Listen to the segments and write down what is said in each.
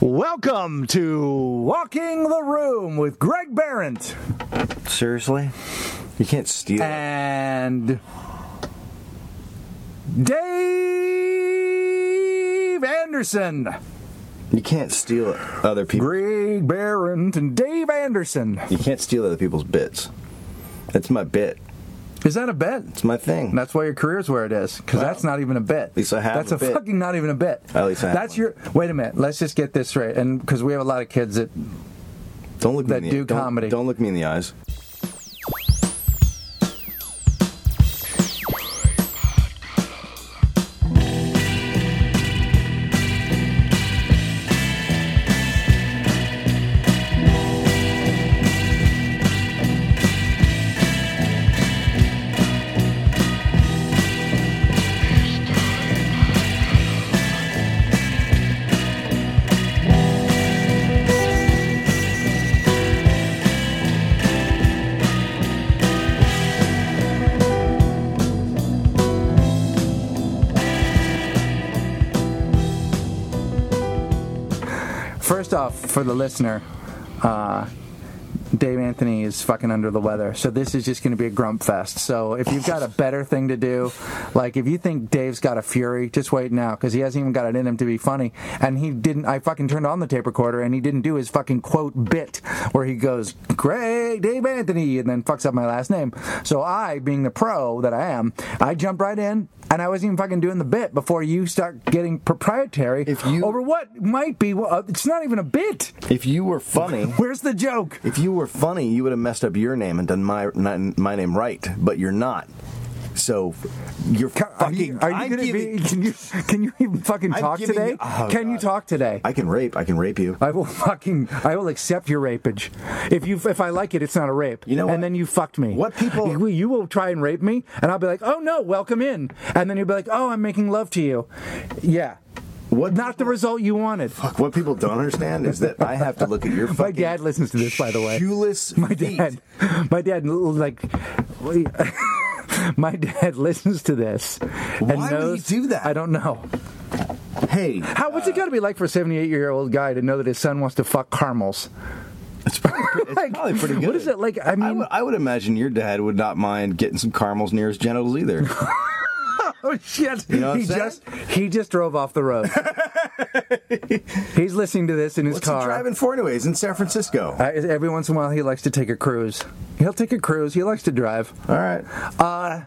Welcome to Walking the Room with Greg Barrent Seriously? You can't steal. Uh, and Dave Anderson. You can't steal other people. Greg Barrent and Dave Anderson. You can't steal other people's bits. That's my bit. Is that a bet? It's my thing. That's why your career's where it is, because that's not even a bit. At least I have That's a a bit. fucking not even a bit. At least I have That's one. your. Wait a minute. Let's just get this straight, and because we have a lot of kids that Don't look me That in the e-, do don't- comedy. Don't look me in the eyes. First off, for the listener, uh, Dave Anthony is fucking under the weather, so this is just going to be a grump fest. So if you've got a better thing to do, like if you think Dave's got a fury, just wait now because he hasn't even got it in him to be funny. And he didn't. I fucking turned on the tape recorder and he didn't do his fucking quote bit where he goes, "Great Dave Anthony," and then fucks up my last name. So I, being the pro that I am, I jumped right in. And I wasn't even fucking doing the bit before you start getting proprietary If you- over what might be. Well, uh, it's not even a bit. If you were funny, Where's the joke? if you were funny, you would have messed up your name and done my my, my name right, but you're not. So you're Ca- Are fucking. you, are you I'm gonna giving- be? Can you can you even fucking I'm talk giving today? you- oh, can you God. talk today? I can rape. I can rape you. I will fucking I will accept your rapage. If you if I like it, it's not a rape. You know what? And then you fucked me. What people- You, you will try and rape me, and I'll be like, oh no, welcome in. And then you'll be like, oh, I'm making love to you. Yeah. What Not the result you wanted. What people don't understand is that I have to look at your fucking. My dad listens to this, by the way. Shoeless my feet. dad my dad like my dad listens to this and Why would he knows- do that? i don't know Hey, how what's it Uh, got to be like for a 78 year old guy to know that his son wants to fuck caramels It's probably, it's Like, probably pretty good. what is it like? I mean- would- I would imagine your dad would not mind getting some caramels near his genitals either. oh shit know what he I'm saying? just he just drove off the road he's listening to this in his What's he car driving for anyways in San Francisco? Uh, every once in a while he likes to take a cruise he'll take a cruise he likes to drive Uh, All right.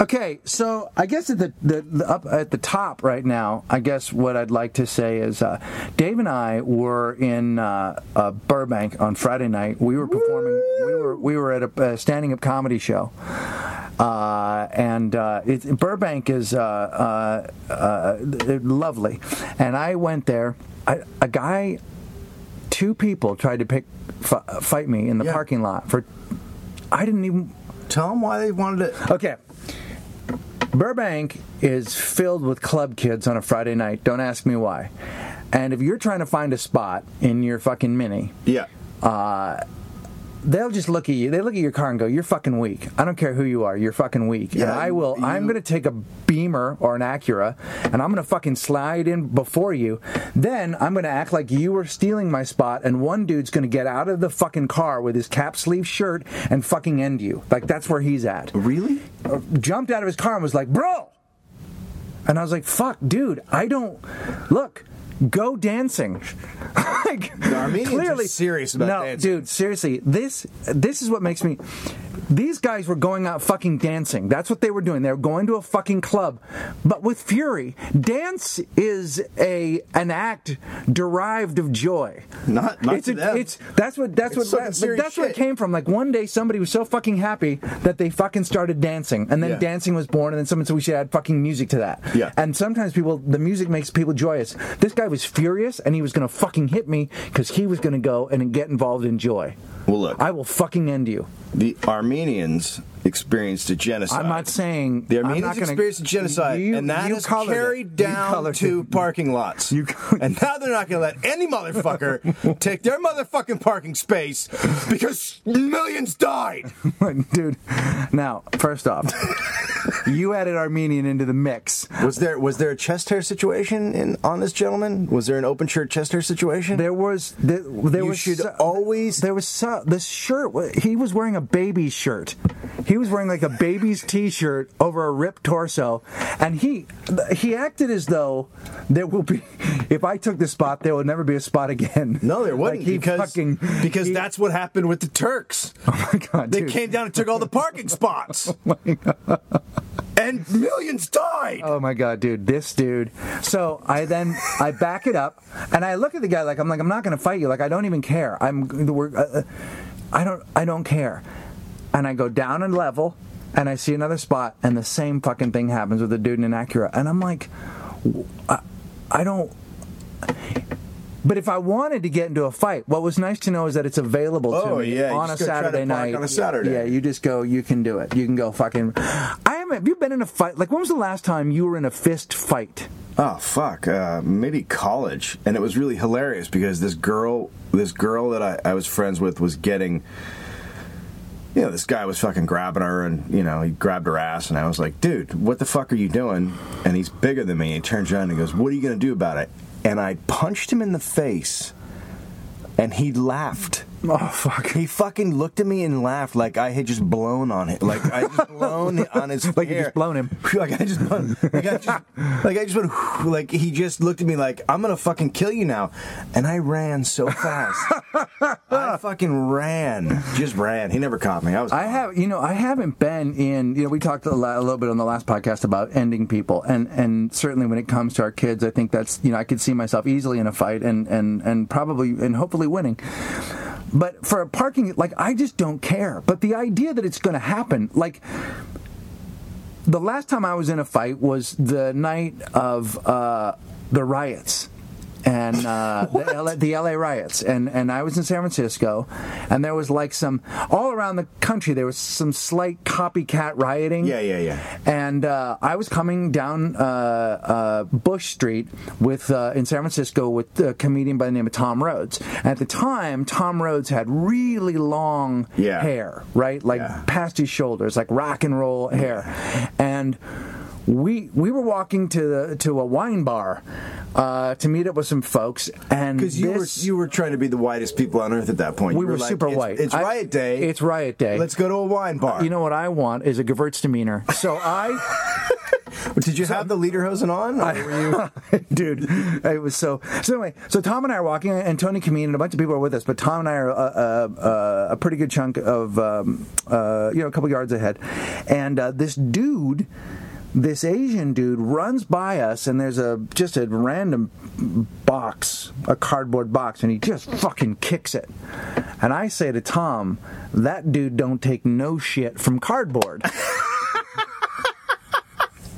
Okay, so I guess at the, the, the up at the top right now, I guess what I'd like to say is uh, Dave and I were in uh, uh, Burbank on Friday night. We were performing. We were we were at a, a standing up comedy show, uh, and uh, it, Burbank is uh, uh, uh, lovely. And I went there. I, a guy, two people tried to pick f- fight me in the Yeah. parking lot for. I didn't even. Tell them why they wanted it. Okay. Burbank is filled with club kids on a Friday night. Don't ask me why. And if you're trying to find a spot in your fucking mini, Yeah. they'll just look at you. They look at your car and go, "You're fucking weak." I don't care who you are. You're fucking weak. and Yeah, I will. I'm you- going to take a Beamer or an Acura, and I'm going to fucking slide in before you. Then I'm going to act like you were stealing my spot, and one dude's going to get out of the fucking car with his cap sleeve shirt and fucking end you. Like that's where he's at Really? jumped out of his car and was like, "Bro," and I was like, "Fuck, dude, I don't look." Go dancing. like, Armenians are serious about no, dancing. dude. Seriously, this this is what makes me. These guys were going out fucking dancing. That's what they were doing. They were going to a fucking club, but with fury. Dance is a an act derived of joy Not not it's, to a- them. it's that's what that's It's what some that- like, serious that's where it shit. came from. Like one day somebody was so fucking happy that they fucking started dancing, and then Yeah. dancing was born, and then someone said we should add fucking music to that. Yeah. And sometimes people the music makes people joyous. This guy was furious, and he was gonna fucking hit me because he was gonna go and get involved in joy. well, look. I will fucking end you. the Armenians experienced a genocide. I'm not saying The I'm Armenians not gonna- experienced a genocide, You- and that you is colored it. carried You down colored to it. parking lots. You colored- and now they're not going to let any motherfucker take their motherfucking parking space because millions died. dude. Now, first off, you added Armenian into the mix. Was there was there a chest hair situation in on this gentleman? Was there an open shirt chest hair situation? There was there, there You was should so- always- there was so, this shirt. wa- He was wearing a baby's shirt. He was wearing like a baby's t-shirt over a ripped torso, and he he acted as though there will be. If I took this spot, there would never be a spot again. no, there Like, wasn't he because fucking because he- that's what happened with the Turks. oh my god, They dude. came down and took all the parking spots. and millions died. Oh my god, dude, this dude. So I then I back it up and I look at the guy like I'm like I'm not going to fight you. Like I don't even care. I'm we're, uh, uh, I don't I don't care. And I go down and level and I see another spot and the same fucking thing happens with the dude in an Acura and I'm like w- I, I don't but if I wanted to get into a fight, what was nice to know is that it's available to Oh, me yeah, you on a just go try to Saturday park night. on a Saturday. Yeah, you just go. You can do it. You can go. Fucking. I haven't. Have you been in a fight? Like, when was the last time you were in a fist fight? Oh fuck! Uh, maybe college, and it was really hilarious because this girl, this girl that I, I was friends with, was getting. You know, this guy was fucking grabbing her, and you know, he grabbed her ass, and I was like, "Dude, what the fuck are you doing?" And he's bigger than me. He turns around and he goes, "What are you gonna do about it?" And I punched him in the face, and he laughed. Oh fuck. He fucking looked at me and laughed like I had just blown on it. Like I just blown on his Like you hair. just blown him. Like I just blown. Like I just, like I just went. Like he just looked at me like I'm gonna fucking kill you now, and I ran so fast. I fucking ran, just ran. He never caught me. I was. I have, you know, I haven't been in. You know, we talked a, lot, a little bit on the last podcast about ending people, and and certainly when it comes to our kids, I think that's you know I could see myself easily in a fight and and and probably and hopefully winning. But for a parking, like I just don't care. But the idea that it's going to happen, like the last time I was in a fight was the night of uh, the riots. And uh, the, LA, the LA riots, and and I was in San Francisco, and there was like some all around the country. There was some slight copycat rioting. Yeah, yeah, yeah. And uh, I was coming down uh, uh, Bush Street with uh, in San Francisco with a comedian by the name of Tom Rhodes. At the time, Tom Rhodes had really long Yeah. hair, right? Like Yeah. past his shoulders, like rock and roll hair. And we we were walking to the, to a wine bar uh, to meet up with some folks, and Because you were this- you were trying to be the whitest people on earth at that point. we You were, like, super it's, white. It's I- riot day. It's riot day. Let's go to a wine bar. you know what I want is a Gewürztraminer. So I. did you have the leaderhosen on? or were you- dude it was so so anyway so tom and i are walking and tony Kameen and a bunch of people are with us but tom and i are uh, uh, uh, a pretty good chunk of um, uh, you know a couple yards ahead and uh, this dude this asian dude runs by us and there's a just a random box a cardboard box and he just fucking kicks it and i say to tom that dude don't take no shit from cardboard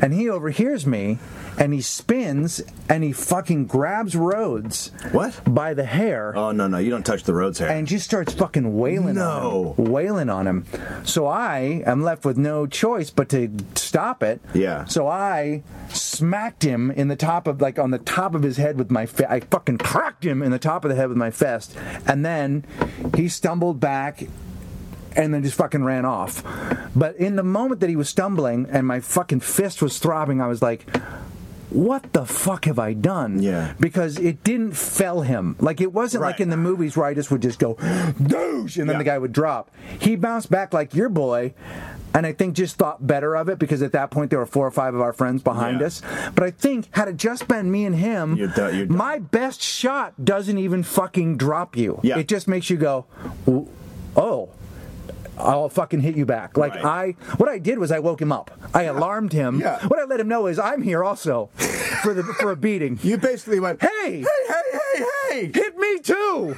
and he overhears me and he spins and he fucking grabs Rhodes What? by the hair Oh no no! You don't touch the roads hair. and just starts fucking wailing No. on him. Wailing on him. So I am left with no choice but to stop it. Yeah. So I smacked him in the top of like on the top of his head with my fist. I fucking cracked him in the top of the head with my fist. And then he stumbled back and then just fucking ran off. But in the moment that he was stumbling and my fucking fist was throbbing, I was like what the fuck have I done? Yeah. Because it didn't fell him. Like it wasn't like Right. in the movies where I just would just go douche and then Yeah. the guy would drop. He bounced back like your boy and I think just thought better of it because at that point there were four or five of our friends behind Yeah. us. But I think had it just been me and him, You're done- you're done. my best shot doesn't even fucking drop you. Yeah. It just makes you go, "W- oh. I'll fucking hit you back. Like Right. I, what I did was I woke him up. I alarmed him. Yeah. What I let him know is I'm here also for the for a beating. you basically went. Hey, hey hey hey! hit me too.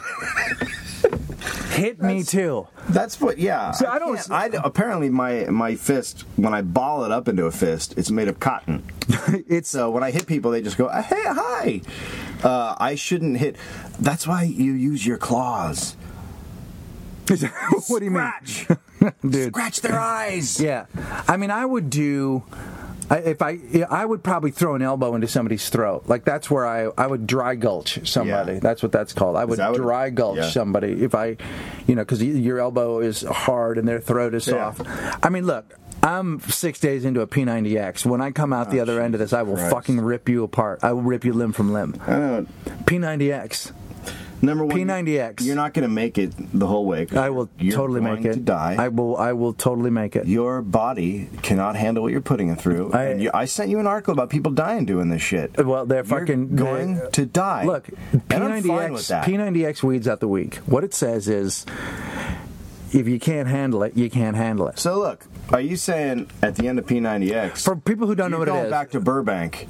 hit me too. That's what, yeah. So I don't- can't- I apparently my my fist when I ball it up into a fist, it's made of cotton. It's so when I hit people, they just go, "Ah, "Hey, hi." Uh, I shouldn't hit. That's why you use your claws. what do you mean? Scratch, Dude. scratch their eyes. Yeah, I mean, I would do. I- If I, I would probably throw an elbow into somebody's throat. Like that's where I, I would dry gulch somebody. Yeah. That's what that's called. I would that what- dry gulch yeah. somebody if I, you know, because your elbow is hard and their throat is Yeah. soft. I mean, look, I'm six days into a P90X. When I come out the other end of this, I will Oh, Christ. fucking rip you apart. I will rip you limb from limb. I don't. P90X. Number one, P90X. You're not going to make it the whole way. 'cause I will you're totally going make it. To die. I will. I will totally make it. your body cannot handle what you're putting it through. I- and you, I sent you an article about people dying doing this shit. Well, they're fucking You're going they- to die. Look, and I'm fine P90X with that. P90X weeds out the weak. What it says is, if you can't handle it, you can't handle it. so look, are you saying at the end of P90X? For people who don't know you're what going it is, back to Burbank.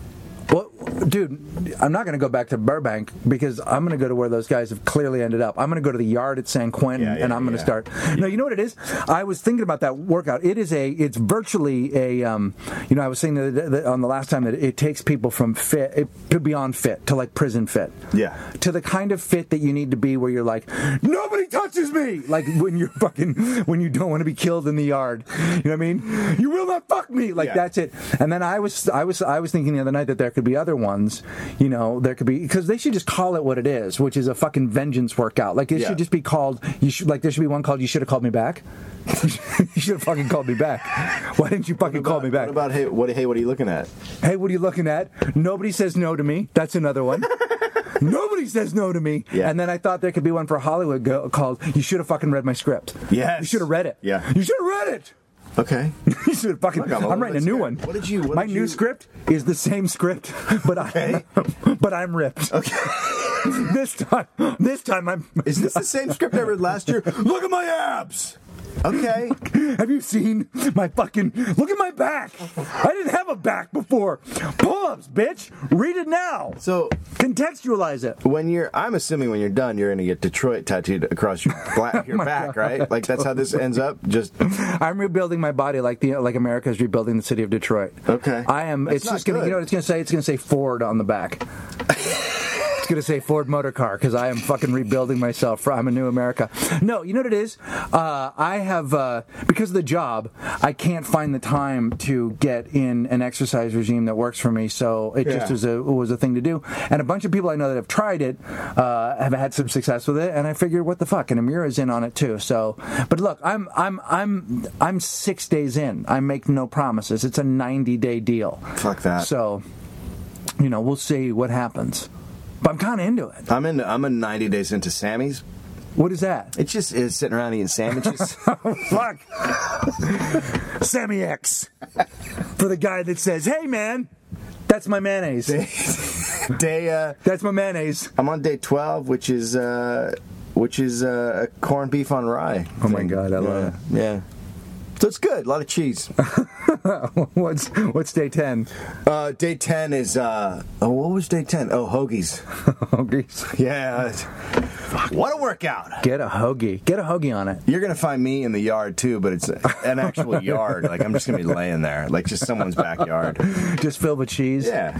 What, dude, I'm not going to go back to Burbank because I'm going to go to where those guys have clearly ended up. I'm going to go to the yard at San Quentin Yeah, yeah, and I'm going to yeah. start. No, you know what it is? I was thinking about that workout. It is a, it's virtually a, um, you know, I was saying that, that on the last time that it takes people from fit, it, to beyond fit, to like prison fit. Yeah. To the kind of fit that you need to be where you're like, nobody touches me! Like when you're fucking, when you don't want to be killed in the yard. You know what I mean? You will not fuck me! Like Yeah. that's it it. And then I was I was I was thinking the other night that there could be other ones. You know, there could be because they should just call it what it is, which is a fucking vengeance workout. Like it Yeah. should just be called. You should like there should be one called. You should have called me back. you should have fucking called me back. Why didn't you fucking call me back? What about hey? What hey? What are you looking at? hey, what are you looking at? Nobody says no to me. That's another one. Nobody says no to me. Yeah. And then I thought there could be one for Hollywood go- called You Should Have Fucking Read My Script. Yes. You should have read it. Yeah. You should have read it. Okay. You should fucking. Look, I'm a I'm, little writing a bit new scared. one. What did you- what My did new you- script is the same script, but Okay. I, but I'm ripped. Okay. this time, this time I'm. Is this the same script I read last year? Look at my abs. Okay. Have you seen my fucking? Look at my back. I didn't have a back before. Pull-ups, bitch. Read it now. So Contextualize it. when you're, I'm assuming when you're done, you're gonna get Detroit tattooed across your black, Oh your back, right? Like that's how this ends up. Just I'm rebuilding my body like the like America is rebuilding the city of Detroit. Okay. I am. That's it's not just gonna. good. You know what it's gonna say? It's gonna say Ford on the back. it's gonna say Ford Motor Car because I am fucking rebuilding myself. For, I'm a new America. No, you know what it is? Uh, I have uh, because of the job, I can't find the time to get in an exercise regime that works for me. So it just Yeah. was a was a thing to do. And a bunch of people I know that have tried it uh, have had some success with it. And I figured, what the fuck? And Amira's in on it too. So, but look, I'm I'm I'm I'm six days in. I make no promises. It's a 90 day deal. fuck that. So, you know, we'll see what happens. But I'm kind of into it. I'm in. I'm a 90 days into Sammy's. What is that? It's just is sitting around eating sandwiches. Fuck. Sammy X. For the guy that says, hey, man, that's my mayonnaise. day. Uh, That's my mayonnaise. I'm on day 12, which is uh, which is uh, corned beef on rye. Oh my God, I love it. Yeah. So it's good. A lot of cheese. What's, what's day 10? Uh, day 10 is uh, oh, what was day 10? Oh, hoagies. Hoagies. Yeah. What a workout. Get a hoagie. Get a hoagie on it. You're gonna find me in the yard too, but it's an actual yard. Like I'm just gonna be laying there, like just someone's backyard. Just filled with cheese. Yeah.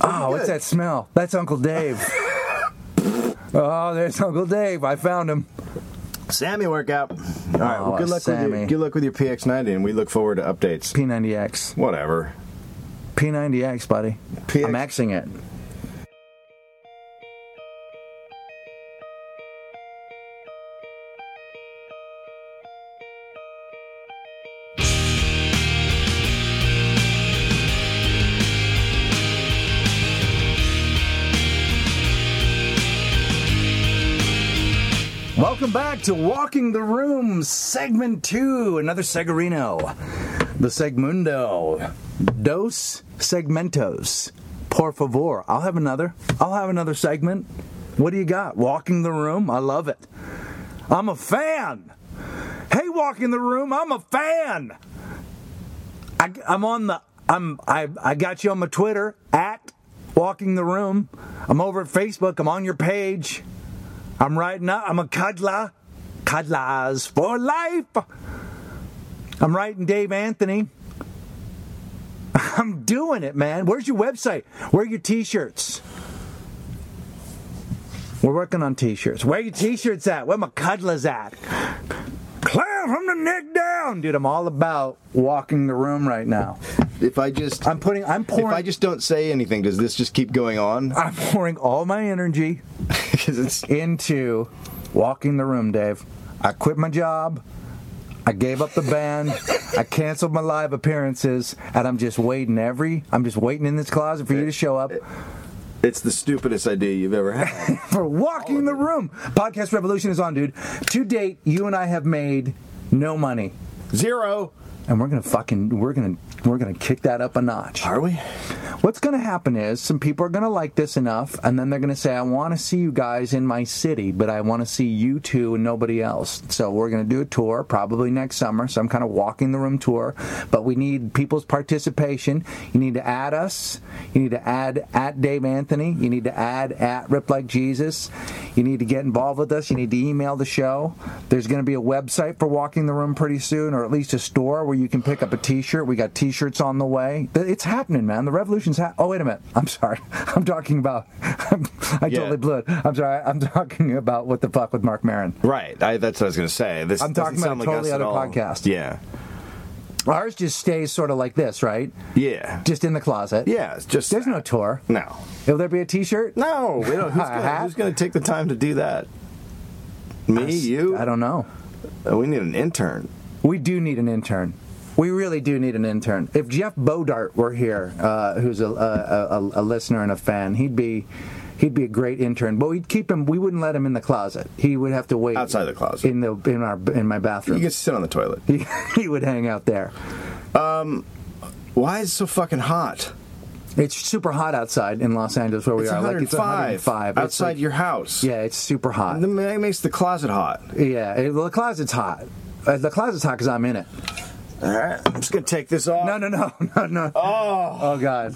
oh, what's good. that smell? That's Uncle Dave. oh, there's Uncle Dave. I found him. Sammy workout. All right. well, Oh, good luck with Sammy. your good luck with your PX90, and we look forward to updates. P90X. Whatever. P90X, buddy. PX. I'm axing it. Welcome back to Walking the Room, segment two. Another Segarino, the Segmundo, Dos Segmentos. Por favor, I'll have another. I'll have another segment. What do you got? Walking the Room? I love it. I'm a fan. Hey, Walking the Room, I'm a fan. I, am on the. I'm. I. I got you on my Twitter at Walking the Room. I'm over at Facebook. I'm on your page. I'm writing now. I'm a cuddler. Cuddlers for life. I'm writing Dave Anthony. I'm doing it, man. Where's your website? Where are your t shirts? We're working on t shirts. Where are your t shirts at? Where my cuddlers at? Clear from the neck down. Dude, I'm all about walking the room right now. If I just I'm putting, I'm pouring. if I just don't say anything, does this just keep going on? I'm pouring all my energy 'Cause it's into walking the room, Dave. I quit my job. I I gave up the band. I canceled my live appearances, and I'm just waiting every. I'm just waiting in this closet for you to show up. It's the stupidest idea you've ever had. for walking the room. Podcast Revolution is on, dude. To date, you and I have made no money, Zero. and we're gonna fucking we're gonna we're gonna kick that up a notch. Are we? What's gonna happen is some people are gonna like this enough, and then they're gonna say, "I want to see you guys in my city, but I want to see you two and nobody else." So we're gonna do a tour, probably next summer, some kind of walking the room tour. But we need people's participation. You need to add us. You need to add at Dave Anthony. You need to add at Rip Like Jesus. You need to get involved with us. You need to email the show. There's going to be a website for Walking the Room pretty soon, or at least a store where you can pick up a T-shirt. We got T-shirts on the way. Th- It's happening, man. The revolution's ha- Oh, wait a minute. I'm sorry. I'm talking about. I Yeah. totally blew it. I'm sorry. I'm talking about what the fuck with Mark Maron. Right. I, that's what I was going to say. This I'm talking doesn't about sound a like totally us at other all. podcast. Yeah. Ours just stays sort of like this, right? Yeah. Just in the closet. Yeah. It's just There's no tour. no. Will there be a T-shirt? No. We don't. Who's A hat? gonna- Who's going to take the time to do that? Me, you. I don't know. Uh, We need an intern. We do need an intern. We really do need an intern. If Jeff Bodart were here, uh, who's a, a, a, a listener and a fan, he'd be he'd be a great intern. But we'd keep him. We wouldn't let him in the closet. He would have to wait Outside the closet. in the in our in my You bathroom. can sit on the toilet. He, he would hang out there. Why is it so fucking hot? It's super hot outside in Los Angeles where we It's are. Like it's 105 105 It's outside like- your house. yeah, it's super hot. That makes the closet hot. Yeah, it- well, the closet's hot. Uh, the closet's hot because I'm in it. All right. I'm just going to take this off. No, no, no, no, no. Oh. Oh God,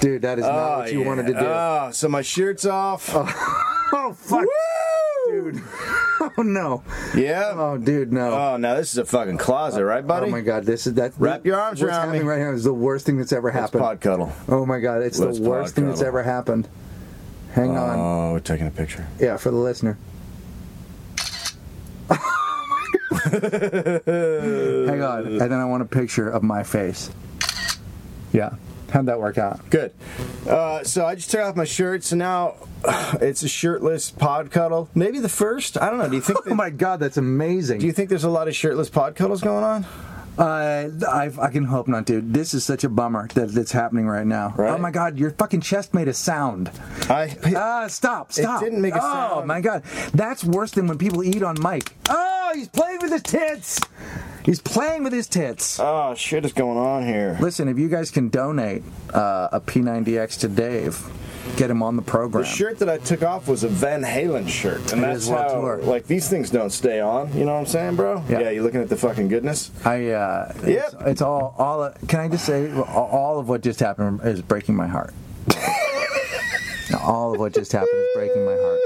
dude, that is not what you yeah. wanted to do. Oh, so my shirt's off. Oh fuck, Woo! dude. Oh no. Yeah. Oh dude, no. Oh, now this is a fucking closet, right, buddy? oh my god, this is that. Wrap your arms what's around happening me. right now is the worst thing that's ever Let's happened. pod cuddle. oh my god, it's Let's the worst thing that's podcuddle. ever happened. Hang on. Oh, we're taking a picture. Yeah, for the listener. Hang on, and then I want a picture of my face. Yeah, how'd that work out? Good. Uh, so I just took off my shirt, so now it's a shirtless pod cuddle. Maybe the first. I don't know. Do you think? Oh that- my god, that's amazing. do you think there's a lot of shirtless pod cuddles going on? Uh, I, I can hope not, dude. This is such a bummer that it's happening right now. Right. Oh my god, your fucking chest made a sound. I. Ah, stop, stop. didn't make Oh a sound. my god, that's worse than when people eat on mic. Oh, he's playing with his tits. He's playing with his tits. Oh shit is going on here. Listen, if you guys can donate uh, a P90X to Dave, get him on the program. The shirt that I took off was a Van Halen shirt, and It that's is well how toward. like these things don't stay on. You know what I'm saying, bro? Yeah. Yeah. you looking at the fucking goodness. I uh, it's, it's all all. Can I just say all- all of what just happened is breaking my heart. all of what just happened is breaking my heart.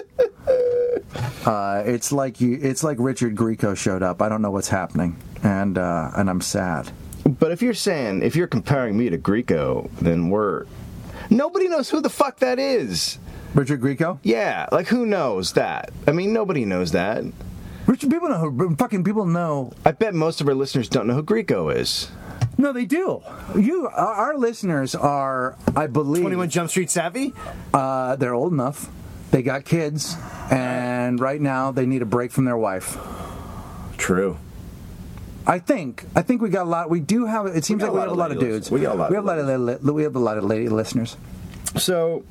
Uh, it's like you. It's like Richard Grieco showed up. I don't know what's happening, and uh, and I'm sad. But if you're saying if you're comparing me to Greco, then we're nobody knows who the fuck that is. Richard Grieco. Yeah, like who knows that? I mean, nobody knows that. Richard, people know. who- Fucking people know. I bet most of our listeners don't know who Greco is. No, they do. You, our our listeners are, I believe, Jump Street savvy? Uh, they're old enough. They got kids, and right now they need a break from their wife. True. I think I think we got a lot. We do have. It seems like got a we lot have a of lot of lady dudes. listeners. We got a lot We have of a lot of li- we have a lot of lady listeners. So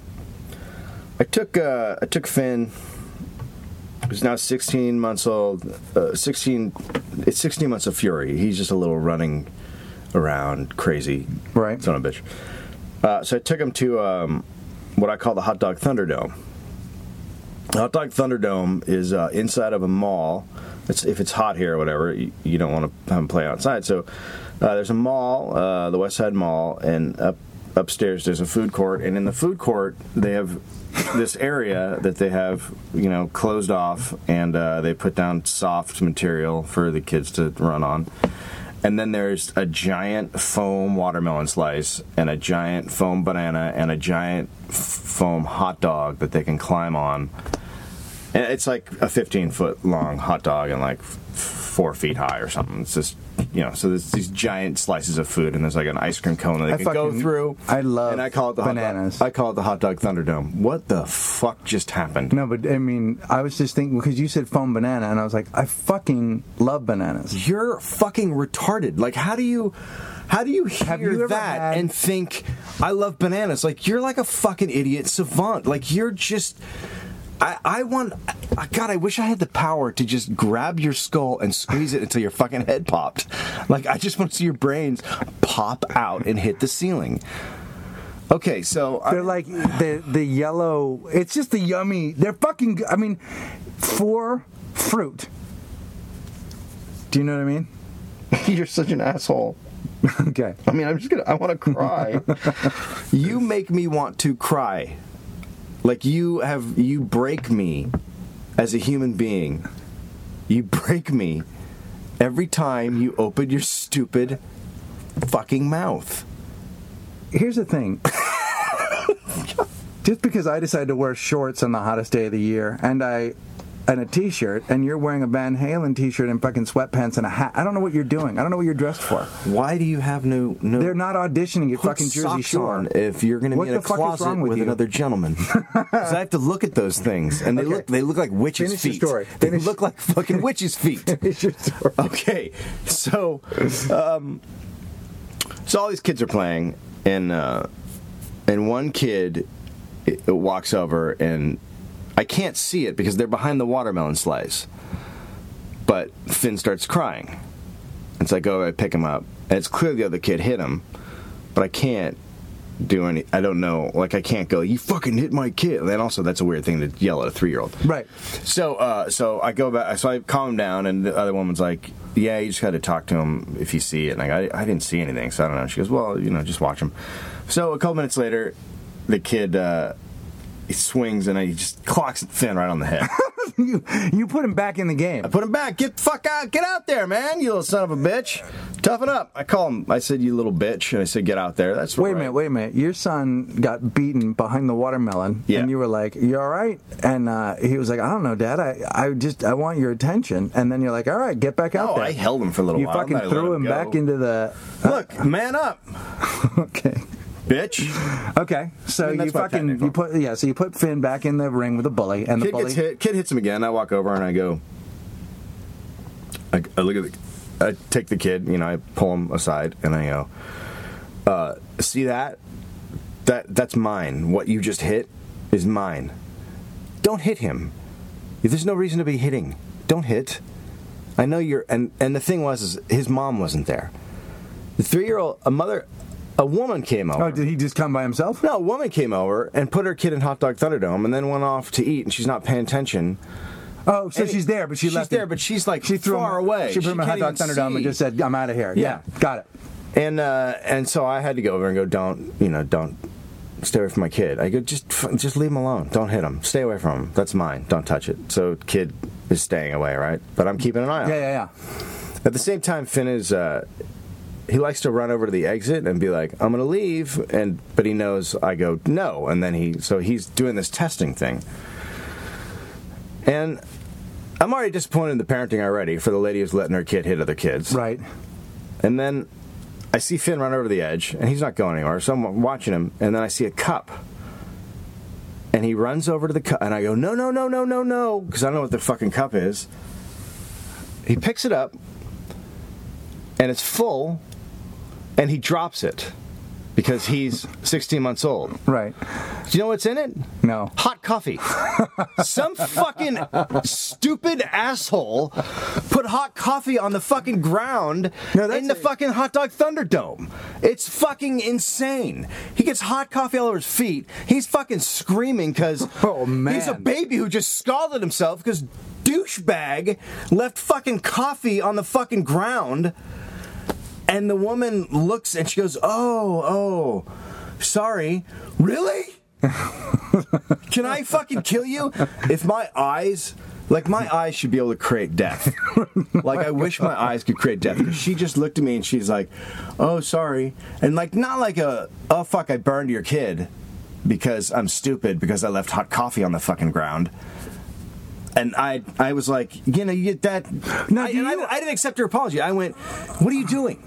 I took uh, I took Finn, who's now 16 months old. Uh, 16, it's 16 months of fury. He's just a little running around crazy, Right. Son of a bitch. Uh, so I took him to um, what I call the Hot Dog Thunderdome. The Hot Dog Thunderdome is uh, inside of a mall. It's, if it's hot here or whatever, you, you don't want to have him play outside. So uh, there's a mall, uh, the West Side Mall, and up upstairs there's a food court. And in the food court, they have this area that they have, you know, closed off, and uh, they put down soft material for the kids to run on. And then there's a giant foam watermelon slice and a giant foam banana and a giant f- foam hot dog that they can climb on. And it's like a 15 foot long hot dog and like f- four feet high or something. It's just you know, so there's these giant slices of food, and there's like an ice cream cone that they I can go fucking- through. I love and I call it the bananas. Hot dog, I call it the hot dog Thunderdome. What the fuck just happened? No, but I mean, I was just thinking because you said foam banana, and I was like, I fucking love bananas. You're fucking retarded. Like, how do you, how do you hear Have you ever that had- and think I love bananas? Like, you're like a fucking idiot savant. Like, you're just. I, I want, I, God, I wish I had the power to just grab your skull and squeeze it until your fucking head popped. Like, I just want to see your brains pop out and hit the ceiling. Okay, so I- They're like the the yellow. It's just the yummy. They're fucking. I mean, for fruit. Do you know what I mean? You're such an asshole. Okay. I mean, I'm just gonna. I want to cry. you make me want to cry. Like you have you break me as a human being. You break me every time you open your stupid fucking mouth. Here's the thing. just because I decided to wear shorts on the hottest day of the year, and I. And a T-shirt, and you're wearing a Van Halen T-shirt and fucking sweatpants and a hat. I don't know what you're doing. I don't know what you're dressed for. Why do you have no no They're not auditioning at put fucking Jersey socks Shore. on if you're going to What be in a the fuck is closet wrong with, with you? another gentleman? Cuz I have to look at those things and they Okay. look they look like witches Finish your feet. story. They Finish- look like fucking witches feet. It's your story. okay, so um, so all these kids are playing, and uh, and one kid i- walks over, and I can't see it because they're behind the watermelon slice. But Finn starts crying, and so I go over, I pick him up, and it's clear the other kid hit him, but I can't do any. I don't know, like I can't go. You fucking hit my kid, and also that's a weird thing to yell at a three year old. Right. So, uh, so I go back. So I calm him down, and the other woman's like, "Yeah, you just got to talk to him if you see it." And I, go, I, I didn't see anything, so I don't know. She goes, "Well, you know, just watch him." So a couple minutes later, the kid uh, he swings and he just clocks Finn right on the head. you you put him back in the game. I put him back. Get the fuck out. Get out there, man. You little son of a bitch. Toughen up. I call him. I said, "You little bitch," and I said, "Get out there." That's Wait a right. minute, wait a minute. Your son got beaten behind the watermelon, Yeah. and you were like, "You all right?" And uh, he was like, "I don't know, Dad. I, I just I want your attention." And then you're like, "All right, get back out No, there." Oh, I held him for a little you while. fucking then I let threw him go. back into the. Look, man up, Okay. bitch. Okay. So I mean, that's you my fucking technical. you put yeah. So you put Finn back in the ring with the bully, and the Kid bully. gets hit. Kid hits him again. I walk over and I go. I, I look at the. I take the kid. You know, I pull him aside and I go. Uh, see that? That that's mine. What you just hit is mine. Don't hit him. There's no reason to be hitting. Don't hit. I know you're. And and the thing was, is his mom wasn't there. The three year old, a mother, a woman came over. Oh, did he just come by himself? No, a woman came over and put her kid in Hot Dog Thunderdome and then went off to eat, and she's not paying attention. Oh, so And she's there, but she she's left. there, him. but she's like she threw far him away. She put him in a hot can't dog even Thunderdome and see. just said, "I'm out of here." Yeah. Got it. and uh, and so I had to go over and go, don't you know, don't stay away from my kid. I go, just f- just leave him alone. Don't hit him. Stay away from him. That's mine. Don't touch it. So kid is staying away, right? But I'm keeping an eye on. Yeah, him. yeah, At the same time, Finn is. Uh, he likes to run over to the exit and be like, "I'm gonna leave," and but he knows I go no, and then he so he's doing this testing thing, and I'm already disappointed in the parenting already for the lady who's letting her kid hit other kids, yeah. Right. and then I see Finn run over the edge, and he's not going anywhere. So I'm watching him, and then I see a cup. And he runs over to the cup, and I go, no, no, no, no, no, no, because I don't know what the fucking cup is. He picks it up, and it's full, and he drops it because he's 16 months old. Do Right. you know what's in it? No. Hot coffee. Some fucking stupid asshole put hot coffee on the fucking ground No, that's in the a- fucking hot dog Thunderdome. It's fucking insane. He gets hot coffee all over his feet. He's fucking screaming because Oh, man. he's a baby who just scalded himself because douchebag left fucking coffee on the fucking ground. And the woman looks and she goes, Oh, oh, sorry. Really? Can I fucking kill you? If my eyes, like my eyes should be able to create death. Like I wish my eyes could create death. She just looked at me and she's like, "Oh, sorry," and like not like a, "Oh fuck, I burned your kid," because I'm stupid because I left hot coffee on the fucking ground. and I I was like, you know, you get that. No, I, do and I- you- I didn't accept her apology. I went, what are you doing?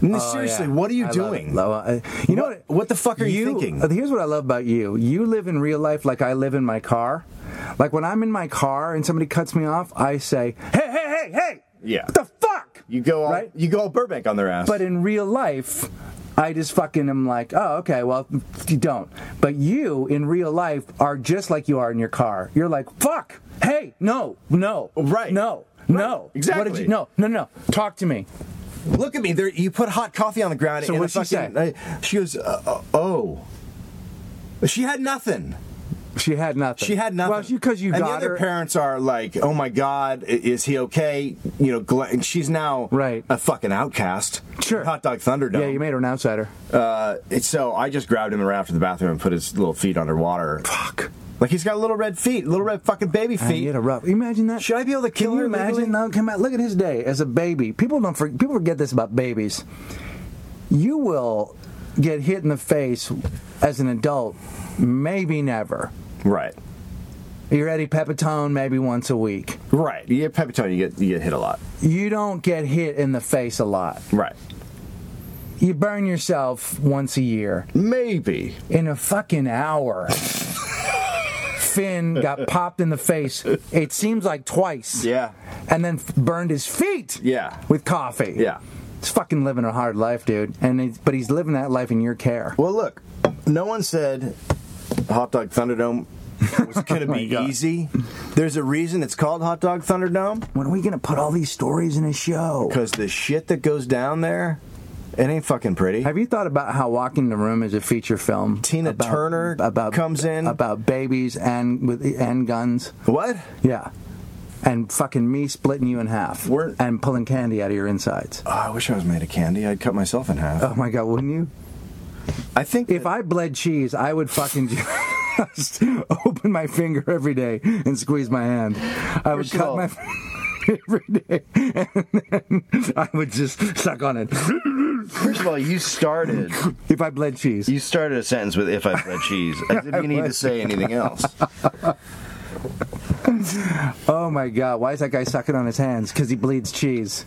No, Oh, seriously, yeah. what are you I love it. doing? Lo- uh, you know what, what the fuck are you, thinking? uh, Here's what I love about you. You live in real life like I live in my car. Like when I'm in my car and somebody cuts me off, I say, "Hey, hey, hey, hey!" Yeah. What the fuck? You go all Right? you go all Burbank on their ass. But in real life, I just fucking am like, "Oh, okay, well, you don't." But you in real life are just like you are in your car. You're like, "Fuck! Hey, no, no, Right. no, no, What did exactly. you? No, no, no. Talk to me. look at me. There, you put hot coffee on the ground. So and what'd a she fucking- I- she goes, uh, uh, oh. She had nothing. She had nothing. She had nothing. Well, because you and got the other her. parents are like, "Oh my God, i- is he okay?" You know, gla- and she's now Right. a fucking outcast. Sure. hot dog Thunderdome. yeah, you made her an outsider. Uh, and so I just grabbed him and ran after the bathroom and put his little feet underwater. Fuck. Like he's got little red feet, little red fucking baby Man, you feet. had a rough. Imagine that. Should I be able to kill Can you her legally? imagine? No, come out. Look at his day as a baby. People don't. For, people forget this about babies. You will get hit in the face as an adult. Maybe never. Right, You're Eddie Pepitone maybe once a week. right. You get pepitone, you get you get hit a lot. You don't get hit in the face a lot. Right, You burn yourself once a year. maybe. in a fucking hour. Finn got popped in the face. It seems like twice. Yeah. And then f- burned his feet. Yeah. With coffee. Yeah. He's fucking living a hard life, dude. And he's, but he's living that life in your care. Well, look, no one said Hot Dog Thunderdome was going to be easy. There's a reason it's called Hot Dog Thunderdome When are we gonna put all these stories in a show? because the shit that goes down there, it ain't fucking pretty. Have you thought about how Walking the Room is a feature film? Tina about- Turner comes in. about babies and with and guns. What? Yeah. And fucking me splitting you in half We're- and pulling candy out of your insides. Oh, I wish I was made of candy. I'd cut myself in half. Oh my god, wouldn't you? I think If that- I bled cheese, I would fucking just open my finger every day and squeeze my hand. I would First of cut all- my finger every day, and then I would just suck on it. First of all, you started. If I bled cheese, You started a sentence with "if I bled cheese," as if you need to say anything else. oh my god, why is that guy sucking on his hands? Because he bleeds cheese.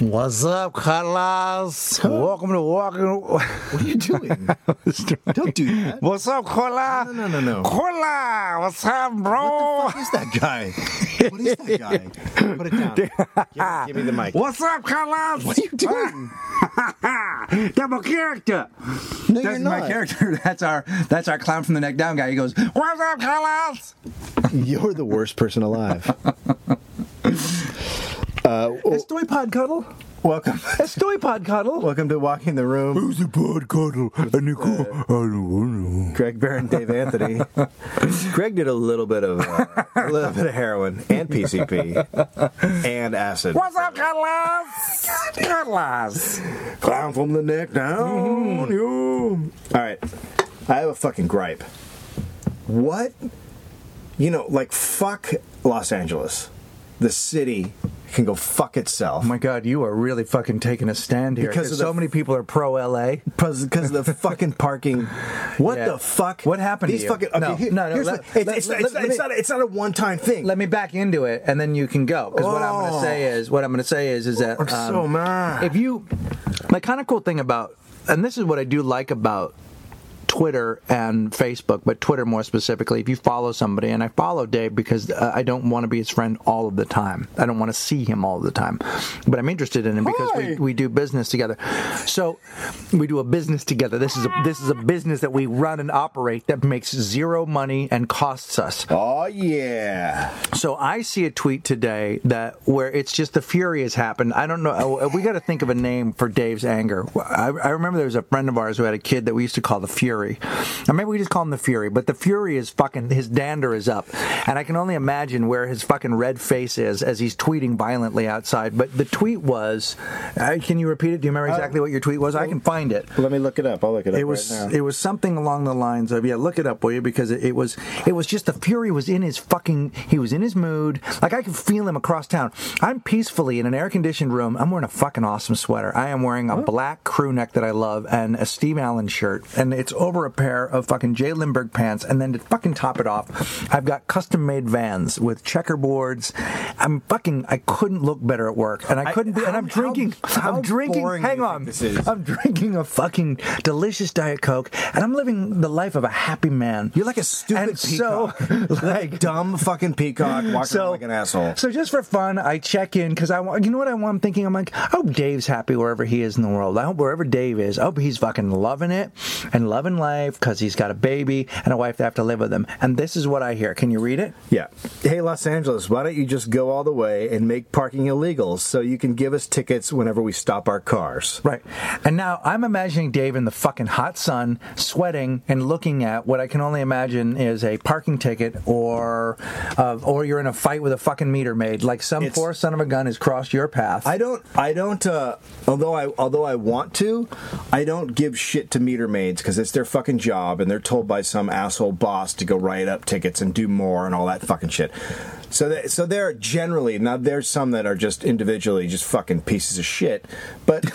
What's up, Carlos? Welcome to Walking. what are you doing? Don't do that. What's up, Cola? No, no, no, no. Cola, what's up, bro? What is that guy? What is that guy? Put it down. Give, give me the mic. What's up, Carlos? What are you doing? That's my character. No, That's you're my not. character. That's our that's our clown from the neck down guy. He goes, What's up, Carlos? You're the worst person alive. "Estoy pod cuddle. Welcome. Estoy pod cuddle." Welcome to Walking the Room. Who's a pod cuddle? And you go, I don't know. Greg Barron, Dave Anthony. Greg did a little bit of uh, a little bit of heroin and PCP and acid. What's up, Carlos? Carlos. Clown from the neck down. you. All right, I have a fucking gripe. What? You know, like fuck Los Angeles, the city can go fuck itself Oh my god, you are really fucking taking a stand here. Because of Because the- so many people are pro LA. because because of the fucking parking. What Yeah. the fuck? What happened to These you? fucking okay, No, here- no, no, here's let- the- it's- let- it's not- let- it's let not- me- it's not a- it's not a one time thing. let me back into it and then you can go because what i'm Oh. gonna say is what i'm gonna say is is that um, I'm so mad. if you the kind of cool thing about and this is what i do like about Twitter and Facebook, but Twitter more specifically. If you follow somebody, and I follow Dave because uh, I don't want to be his friend all of the time. I don't want to see him all of the time, but I'm interested in him because we, Hi. we do business together. So we do a business together. This is a this is a business that we run and operate that makes zero money and costs us. Oh yeah. So I see a tweet today that where it's just the fury has happened. I don't know. uh, We got to think of a name for Dave's anger. I, I remember there was a friend of ours who had a kid that we used to call the Fury Fury, or maybe we just call him the Fury. But the Fury is fucking his dander is up, and I can only imagine where his fucking red face is as he's tweeting violently outside. But the tweet was, uh, can you repeat it? Do you remember exactly what your tweet was? I can find it. Let me look it up. I'll look it up. It was right now. it was something along the lines of yeah, look it up, will you? Because it, it was it was just the fury was in his fucking he was in his mood. Like I could feel him across town. I'm peacefully in an air conditioned room. I'm wearing a fucking awesome sweater. I am wearing a black crew neck that I love and a Steve Allen shirt, and it's over a pair of fucking Jay Lindbergh pants. And then to fucking top it off, I've got custom made Vans with checkerboards. I'm fucking I couldn't look better at work, and I couldn't. be, and how- I'm drinking. how- how I'm drinking. boring Hang do you on. think this is? I'm drinking a fucking delicious Diet Coke, and I'm living the life of a happy man. You're like a stupid and peacock. So, like, Dumb fucking peacock walking so around like an asshole. So just for fun, I check in because I want. You know what I want? I'm thinking. I'm like, I hope Dave's happy wherever he is in the world. I hope wherever Dave is, I hope he's fucking loving it and loving life because he's got a baby and a wife that have to live with him. And this is what I hear. Can you read it? Yeah. Hey, Los Angeles, why don't you just go all the way and make parking illegal so you can give us tickets whenever we stop our cars? Right. And now I'm imagining Dave in the fucking hot sun, sweating and looking at what I can only imagine is a parking ticket or uh, or you're in a fight with a fucking meter maid. Like some It's- poor son of a gun has crossed your path. I don't. I don't. Uh, although I, although I want to, I don't give shit to meter maids because it's their fucking job, and they're told by some asshole boss to go write up tickets and do more and all that fucking shit. So, they, so they're generally now. There's some that are just individually just fucking pieces of shit, but.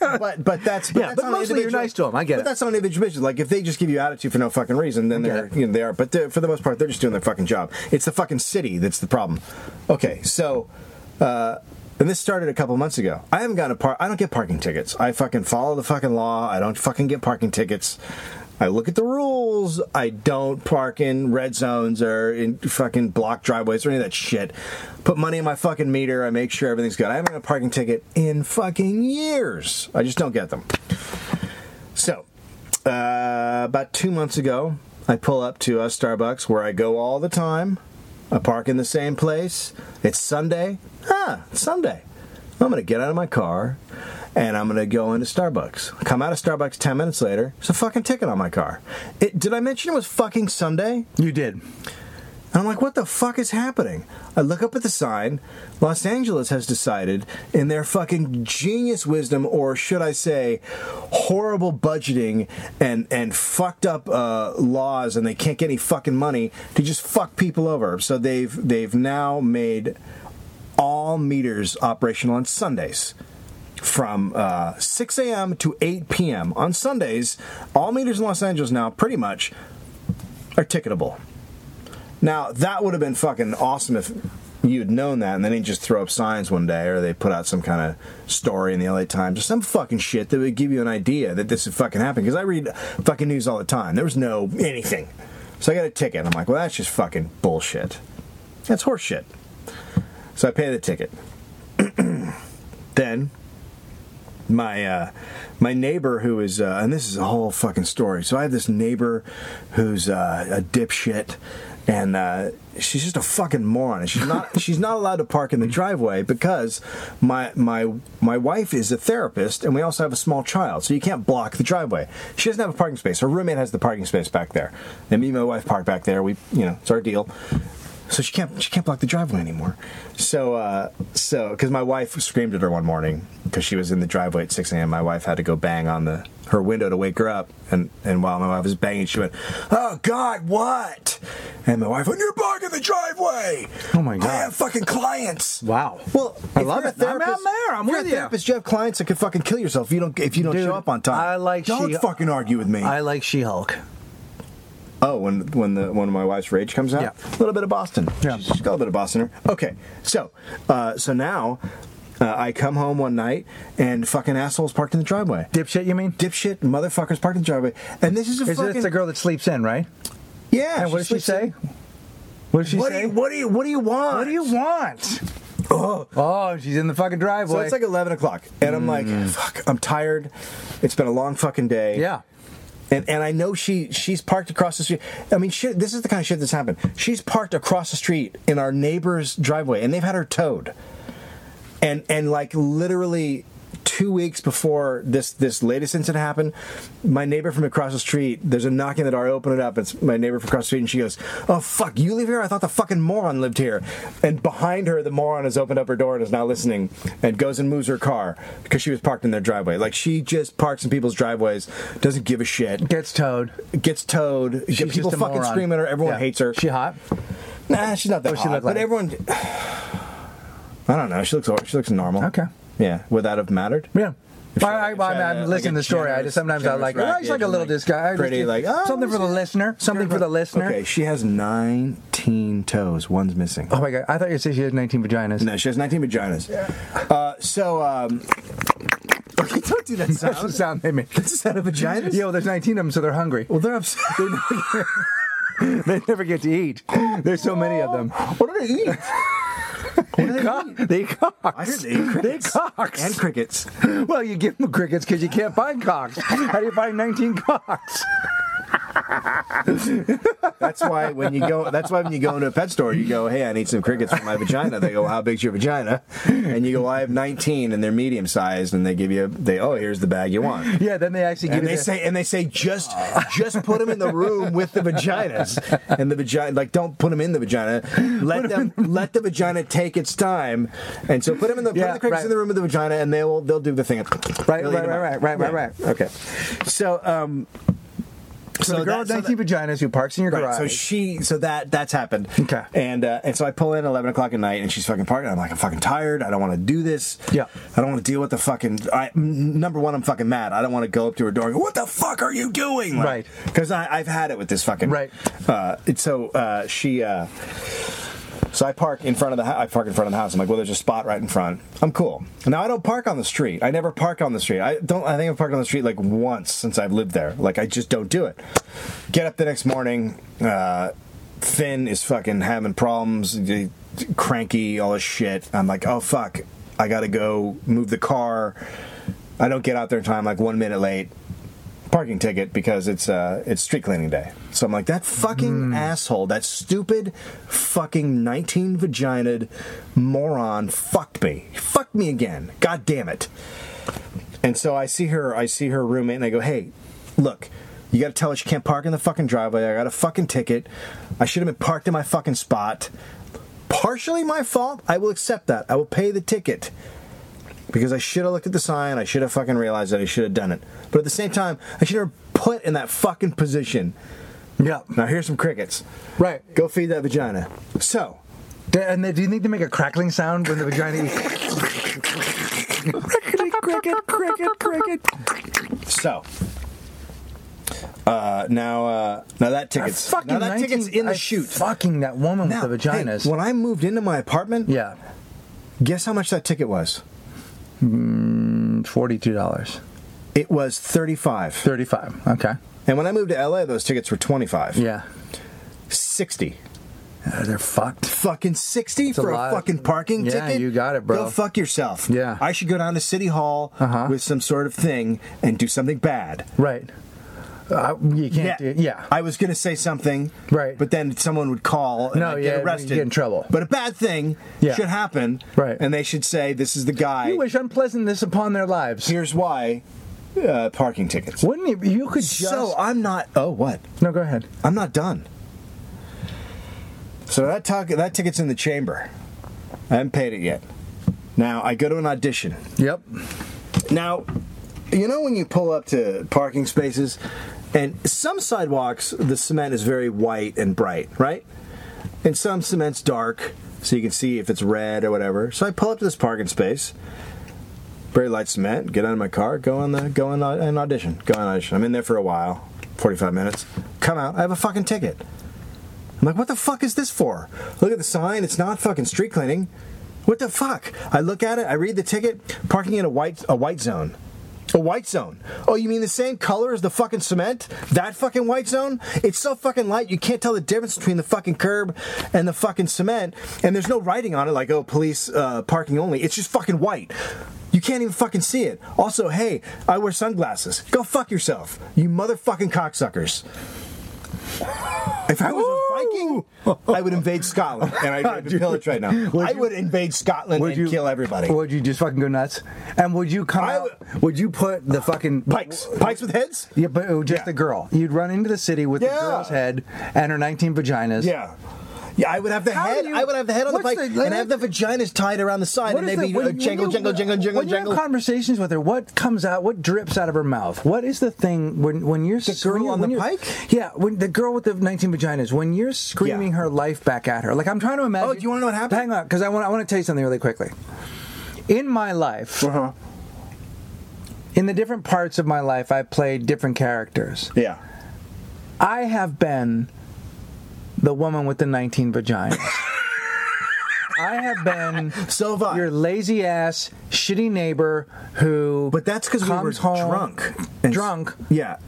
But but that's but Yeah, that's but on an mostly you're individual- nice to 'em, I get but it. that's on an individual basis. Like if they just give you attitude for no fucking reason, then get they're it. you know, they are. But they're, for the most part, they're just doing their fucking job. It's the fucking city that's the problem. Okay, so uh, and this started a couple months ago. I haven't gotten a par. I don't get parking tickets. I fucking follow the fucking law. I don't fucking get parking tickets. I look at the rules. I don't park in red zones or in fucking block driveways or any of that shit. Put money in my fucking meter. I make sure everything's good. I haven't got a parking ticket in fucking years. I just don't get them. So, uh, about two months ago, I pull up to a Starbucks where I go all the time. I park in the same place. It's Sunday. Ah, it's Sunday. I'm going to get out of my car and I'm going to go into Starbucks. Come out of Starbucks 10 minutes later. There's a fucking ticket on my car. It, did I mention it was fucking Sunday? you did. And I'm like, what the fuck is happening? I look up at the sign. Los Angeles has decided, in their fucking genius wisdom, or should I say, horrible budgeting and, and fucked up uh, laws, and they can't get any fucking money to just fuck people over. So they've they've now made all meters operational on Sundays from uh, 6 a.m. to 8 p.m. On Sundays, all meters in Los Angeles now pretty much are ticketable. Now that would have been fucking awesome if you'd known that, and then they just throw up signs one day, or they put out some kind of story in the LA Times or some fucking shit that would give you an idea that this is fucking happening. Because I read fucking news all the time. There was no anything, so I got a ticket. and I'm like, well, that's just fucking bullshit. That's horseshit. So I pay the ticket. then my uh, my neighbor who is uh, and this is a whole fucking story. So I have this neighbor who's uh, a dipshit, and uh, she's just a fucking moron. And she's not she's not allowed to park in the driveway because my my my wife is a therapist, and we also have a small child, so you can't block the driveway. She doesn't have a parking space. Her roommate has the parking space back there, and me and my wife park back there. We you know it's our deal so she can't she can't block the driveway anymore. So uh, so because my wife screamed at her one morning because she was in the driveway at six a.m. My wife had to go bang on the her window to wake her up, and and while my wife was banging, she went, "Oh God, what?" And my wife went, "You're blocking the driveway." Oh, my God. I have fucking clients. Wow. Well, I if love you're a it. I'm out therapist- there. I'm if you're with a ya. therapist, you have clients that could fucking kill yourself if you don't if you don't Dude, show up on time. I like Don't she- fucking argue with me. I like She Hulk. Oh, when when the when my wife's rage comes out, Yeah. a little bit of Boston. Yeah. she's got a little bit of Boston. in her. Okay, so uh, so now uh, I come home one night and fucking assholes parked in the driveway. Dipshit, you mean? Dipshit motherfuckers parked in the driveway, and this is a Is fucking this the girl that sleeps in, right? yeah. And what does she sleeps in- say? What does she What do, say? you, what do you what do you want? What do you want? Oh, she's in the fucking driveway. So it's like eleven o'clock, and I'm like, fuck, I'm tired. It's been a long fucking day. Mm. yeah. and and I know she she's parked across the street. I mean, shit, this is the kind of shit that's happened. She's parked across the street in our neighbor's driveway, and they've had her towed, and and like literally two weeks before this this latest incident happened, my neighbor from across the street, there's a knock on the door. I open it up. It's my neighbor from across the street, and she goes, "Oh fuck, you live here? I thought the fucking moron lived here." And behind her, the moron has opened up her door and is now listening, and goes and moves her car because she was parked in their driveway. Like she just parks in people's driveways, doesn't give a shit, Gets towed. gets towed. She's people just a fucking moron. scream at her. Everyone Yeah. hates her. She hot? Nah, she's not that Oh, she looked hot. but like- everyone, I don't know. She looks she looks normal. Okay. Yeah. Would that have mattered? Yeah. If she- I, I, if she I, had I, a- am like listening a to the story. I generous- just sometimes I generous like. I rackage just like a and, little like, disguy. I just pretty, give- like, oh, something for the listener. Something for the listener. Okay. She has nineteen toes. One's missing. Oh my god! I thought you said she has 19 vaginas. No, she has nineteen vaginas. Uh, so um, okay, don't do that That's the sound. sound they make. That's the sound of vaginas. Yo, there's 19 of them, so they're hungry. Well, they're upset. They never get to eat. There's so many of them. what do they eat? They cock. They cock. heard they eat They crickets. cocks. and crickets. Well, you give them crickets because you can't find cocks. How do you find 19 cocks? That's why when you go, that's why when you go into a pet store, you go, "Hey, I need some crickets for my vagina." They go, "How big's your vagina?" And you go, "I have 19, and they're medium sized." And they give you, they, "Oh, here's the bag you want." Yeah, then they actually give And it they a- say, and they say, just, just put them in the room with the vaginas, and the vagina, like, don't put them in the vagina. Let them, let the vagina take its time, and so put them in the, Yeah, put the crickets right. in the room with the vagina, and they will, they'll do the thing. Right, They'll right, eat 'em right, right, up. right, right, right. Okay, so, um, So the girl that- with 19 vaginas who parks in your Right, garage. so she, so that that's happened. Okay. And uh, and so I pull in eleven o'clock at night, and she's fucking parked. and I'm like, I'm fucking tired. I don't want to do this. Yeah. I don't want to deal with the fucking. I, n- number one, I'm fucking mad. I don't want to go up to her door and go, "What the fuck are you doing?" Like, Right. Because I've had it with this fucking. Right. Uh, and so uh, she. Uh, so I park in front of the hou- I park in front of the house. I'm like, well, there's a spot right in front. I'm cool. Now I don't park on the street. I never park on the street. I don't. I think I've parked on the street like once since I've lived there. Like I just don't do it. Get up the next morning. Uh, Finn is fucking having problems, d- d- cranky, all this shit. I'm like, oh fuck, I gotta go move the car. I don't get out there in time. Like one minute late parking ticket because it's uh it's street cleaning day. So I'm like that fucking asshole, that stupid fucking 19 vaginaed moron fucked me. Fucked me again. God damn it. And so I see her I see her roommate and I go, "Hey, look, you got to tell her she can't park in the fucking driveway. I got a fucking ticket. I should have been parked in my fucking spot. Partially my fault. I will accept that. I will pay the ticket." because I should have looked at the sign. I should have fucking realized that I should have done it. But at the same time, I should have put in that fucking position. yeah. Now here's some crickets. Right. Go feed that vagina. So They- And they, do you think they make a crackling sound when the vagina eats? cricket, cricket, cricket. so. Uh, now, uh, now that ticket's Fucking now that 19 ticket's in the I chute. Fucking that woman Now, with the vaginas. hey, when I moved into my apartment, yeah. guess how much that ticket was? mm, $42. It was thirty-five. 35 Okay. And when I moved to LA, those tickets were twenty-five. Yeah. sixty. Uh, they're fucked. fucking 60 a for a, lot. fucking parking Yeah, ticket? you got it, bro. Go fuck yourself. Yeah. I should go down to City Hall Uh-huh. with some sort of thing and do something bad. Right. Uh, you can't do Yeah. I was going to say something. Right. But then someone would call and No, I'd yeah, get you arrested. get in trouble. But a bad thing Yeah. should happen. Right. And they should say, this is the guy. you wish unpleasantness upon their lives. Here's why uh, parking tickets. Wouldn't it? You could just. So I'm not. Oh, what? no, go ahead. I'm not done. So that talk, that ticket's in the chamber. I haven't paid it yet. Now I go to an audition. Yep. Now, you know when you pull up to parking spaces, and some sidewalks the cement is very white and bright, right? And some cement's dark, so you can see if it's red or whatever. So I pull up to this parking space, very light cement. Get out of my car, go on the go on au- an audition, go on audition. I'm in there for a while, 45 minutes. Come out, I have a fucking ticket. I'm like, what the fuck is this for? Look at the sign. It's not fucking street cleaning. What the fuck? I look at it. I read the ticket. Parking in a white a white zone. A white zone. Oh, you mean the same color as the fucking cement? That fucking white zone? It's so fucking light you can't tell the difference between the fucking curb and the fucking cement. And there's no writing on it like, oh, police uh, parking only. It's just fucking white. You can't even fucking see it. Also, hey, I wear sunglasses. Go fuck yourself, you motherfucking cocksuckers. If I was a Viking, I would invade Scotland, and I'd be pillaged right now. I would invade Scotland and kill everybody. Would you just fucking go nuts? And would you come I out? Would you put the fucking Pikes, pikes with heads. Yeah, but it was just Yeah. the girl. You'd run into the city with the Yeah. girl's head and her 19 vaginas. Yeah. Yeah, I would have the How head. do you- I would have the head on the what's pike, the- and have the vaginas tied around the side, What and is they'd the- be when- uh, jangle, when you- jangle, jangle, jangle, when jangle. you have conversations with her, what comes out? What drips out of her mouth? What is the thing when when you're the girl on the pike? Yeah, when the girl with the 19 vaginas. When you're screaming Yeah. her life back at her, like I'm trying to imagine. Oh, do you wanna know what happened? Hang on, because I want I want to tell you something really quickly. In my life, in the different parts of my life, I played different characters. yeah. I have been the woman with the 19 vaginas. I have been So have I. your lazy ass, shitty neighbor who. But that's 'cause we were comes home drunk. And- Drunk. Yeah.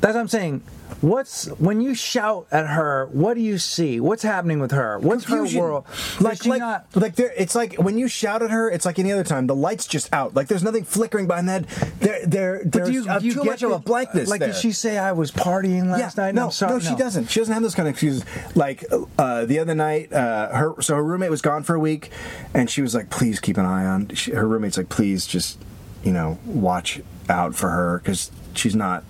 That's what I'm saying. What's when you shout at her? What do you see? What's happening with her? What's Confusion. her world? Does Like, she like, not- like there. It's like when you shout at her. It's like any other time. The light's just out. Like there's nothing flickering behind that. There, there, there's uh, too get much of the- a blankness. Like, there. did she say I was partying last night? and No, I'm sorry. no, she doesn't. She doesn't have those kind of excuses. Like uh, the other night, uh, her so her roommate was gone for a week, and she was like, "Please keep an eye on." She, her roommate's like, "Please just, you know, watch out for her because she's not."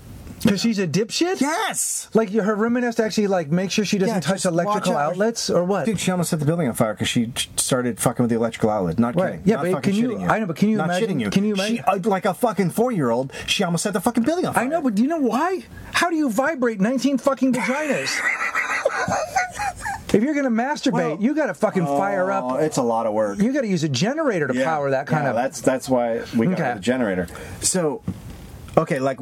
Because she's a dipshit. Yes. Like her roommate has to actually like make sure she doesn't touch electrical outlets or what? Dude, she almost set the building on fire because she t- started fucking with the electrical outlet. Not Right. kidding. Yeah, Not but fucking can you- shitting I know, but can you Not imagine- shitting you. can you She, imagine- uh, like a fucking four-year-old, she almost set the fucking building on fire. I know, but do you know why? How do you vibrate 19 fucking vaginas? if you're gonna masturbate, Well- you gotta fucking fire Oh, up. it's a lot of work. You gotta use a generator to Yeah, power that kind yeah, of. That's that's why we got Okay. the generator. So, okay, like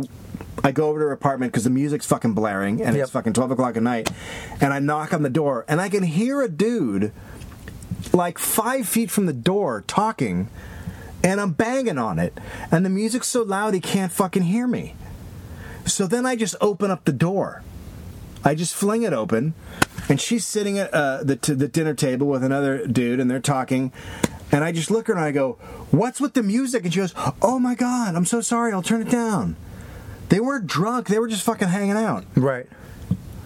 I go over to her apartment because the music's fucking blaring and Yep. it's fucking twelve o'clock at night, and I knock on the door and I can hear a dude like five feet from the door talking, and I'm banging on it, and the music's so loud he can't fucking hear me. So then I just open up the door. I just fling it open, and she's sitting at uh, the, t- the dinner table with another dude, and they're talking. And I just look at her and I go, What's with the music? And she goes, Oh my God, I'm so sorry, I'll turn it down. They weren't drunk, they were just fucking hanging out. right.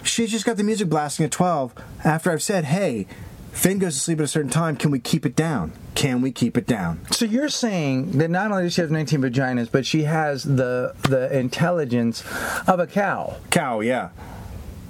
She's just got the music blasting at 12 after I've said, Hey, Finn goes to sleep at a certain time, can we keep it down? Can we keep it down? So you're saying that not only does she have 19 vaginas, but she has the the intelligence of a cow. Cow, yeah.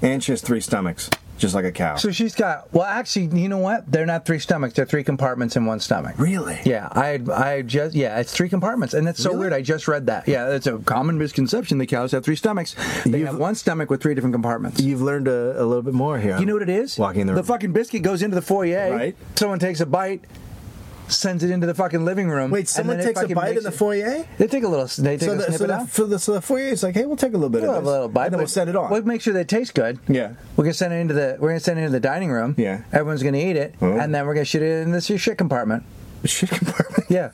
And she has three stomachs, just like a cow. So she's got. Well, actually, you know what? They're not three stomachs. They're three compartments in one stomach. really? Yeah, I I just yeah, it's three compartments, and that's so weird. I just read that. Yeah, that's a common misconception. The cows have three stomachs. They have one stomach with three different compartments. You've learned a, a little bit more here. You know what it is? Walking in the room. fucking biscuit goes into the foyer. Right. Someone takes a bite, sends it into the fucking living room. Wait, and someone then it takes a fucking bite makes in the it- foyer? They take a little. They take So a the, snippet so, the, out. so, the, so the foyer is like, hey, we'll take a little bit We'll of have this. a little bite. and then we'll but set it on. We'll make sure that it tastes good. Yeah. We're gonna send it into the. We're gonna send it into the dining room. Yeah. Everyone's gonna eat it, Oh. and then we're gonna shoot it in this shit compartment. shit compartment. Yeah.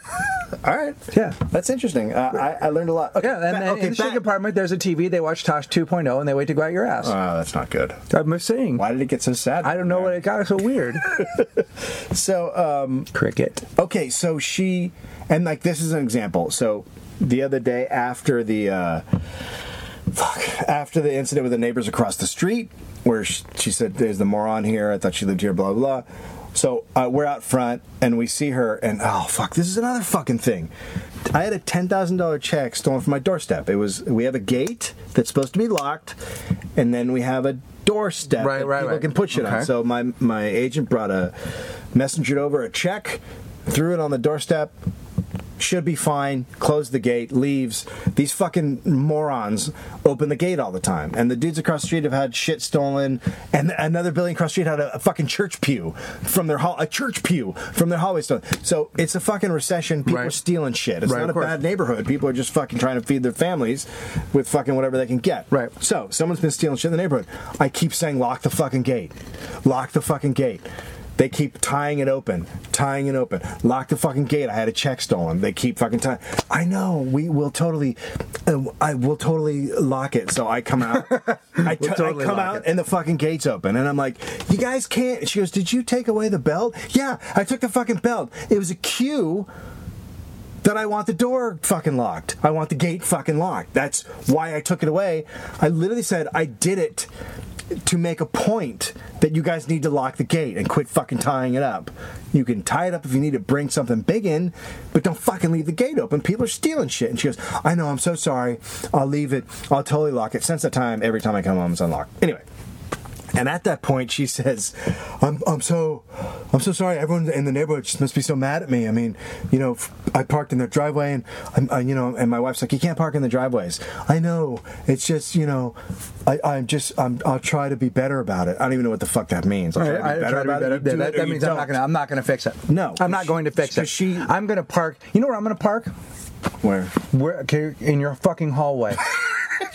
All right. Yeah. That's interesting. Uh, I, I learned a lot. Okay. Yeah, and ba- then in the shit back- compartment, there's a TV. They watch Tosh 2.0 and they wait to go out your ass. Oh, that's not good. I'm saying. Why did it get so sad? I don't know what it got so weird. So, um, Cricket. okay, so she, and like this is an example. So the other day after the, uh, fuck, after the incident with the neighbors across the street, where she, she said, "There's the moron here. I thought she lived here." Blah blah. blah. So uh, we're out front and we see her, and oh fuck, this is another fucking thing. I had a ten thousand dollar check stolen from my doorstep. It was we have a gate that's supposed to be locked, and then we have a doorstep Right, that right, people right. can put shit on. Okay. So my my agent brought a messengered over a check, threw it on the doorstep, should be fine. Close the gate, leaves. These fucking morons open the gate all the time. And the dudes across the street have had shit stolen. And another building across the street had a, a fucking church pew from their hall, a church pew from their hallway stolen. So it's a fucking recession. People Right. are stealing shit. It's Right, not of a course. bad neighborhood. People are just fucking trying to feed their families with fucking whatever they can get. Right. So someone's been stealing shit in the neighborhood. I keep saying, lock the fucking gate. Lock the fucking gate. They keep tying it open, tying it open. Lock the fucking gate. I had a check stolen. They keep fucking tying. I know. We will totally, uh, I will totally lock it. So I come out. I, t- totally I come lock out it. and the fucking gate's open. And I'm like, you guys can't. She goes, did you take away the belt? Yeah, I took the fucking belt. It was a cue that I want the door fucking locked. I want the gate fucking locked. That's why I took it away. I literally said I did it to make a point that you guys need to lock the gate and quit fucking tying it up. You can tie it up if you need to bring something big in, but don't fucking leave the gate open. People are stealing shit. And she goes, I know, I'm so sorry. I'll leave it. I'll totally lock it. Since that time, every time I come home, it's unlocked. Anyway. And at that point, she says, "I'm, I'm so, I'm so sorry. Everyone in the neighborhood just must be so mad at me. I mean, you know, f- I parked in their driveway, and I'm, I, you know, and my wife's like, you can't park in the driveways. I know. It's just, you know, I, I'm just, I'm, I'll try to be better about it. I don't even know what the fuck that means. I'll I, try to be better about it. You That, do that- it or that you means I'm not don't. gonna. I'm not gonna fix it. No. I'm not going to fix it. Because she- I'm gonna park. You know where I'm gonna park? Where? Where okay, in your fucking hallway.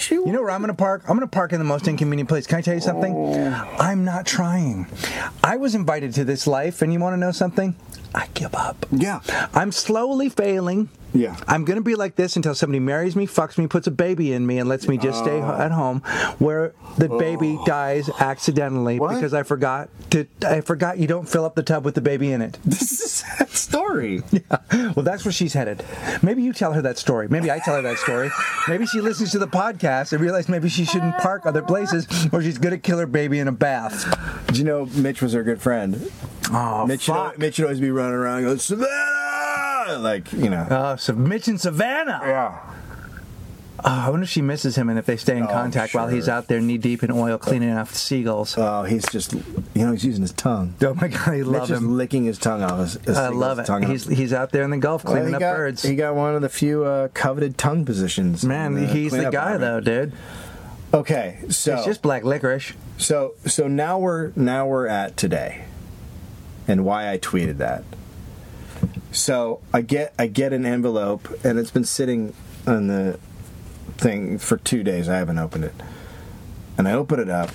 You know where I'm going to park? I'm going to park in the most inconvenient place. Can I tell you something? I'm not trying. I was invited to this life, and you want to know something? I give up. Yeah. I'm slowly failing. Yeah. I'm going to be like this until somebody marries me, fucks me, puts a baby in me, and lets me just stay ho- at home, where the baby dies accidentally Oh. What? because I forgot to. I forgot you don't fill up the tub with the baby in it. This is a sad story. Well, that's where she's headed. Maybe you tell her that story. Maybe I tell her that story. Maybe she listens to the podcast and realizes maybe she shouldn't park other places or she's going to kill her baby in a bath. Do you know Mitch was her good friend? Oh, Mitch, would, al- Mitch would always be running around going, Savannah! Like, you know. Oh, so Mitch and Savannah. yeah. Oh, I wonder if she misses him and if they stay in Oh, contact while sure. he's out there knee deep in oil cleaning off the seagulls. Oh, he's just, you know, he's using his tongue. oh my God, I Mitch love is him. licking his tongue off his, his I his love it. Tongue He's off. he's out there in the Gulf Well, cleaning he up got, birds. He got one of the few uh, coveted tongue positions. Man, in he's the cleanup guy army. though, dude. Okay, so It's just black licorice. so so now we're now we're at today, and why I tweeted that. So I get I get an envelope, and it's been sitting on the thing for two days. I haven't opened it, and I open it up,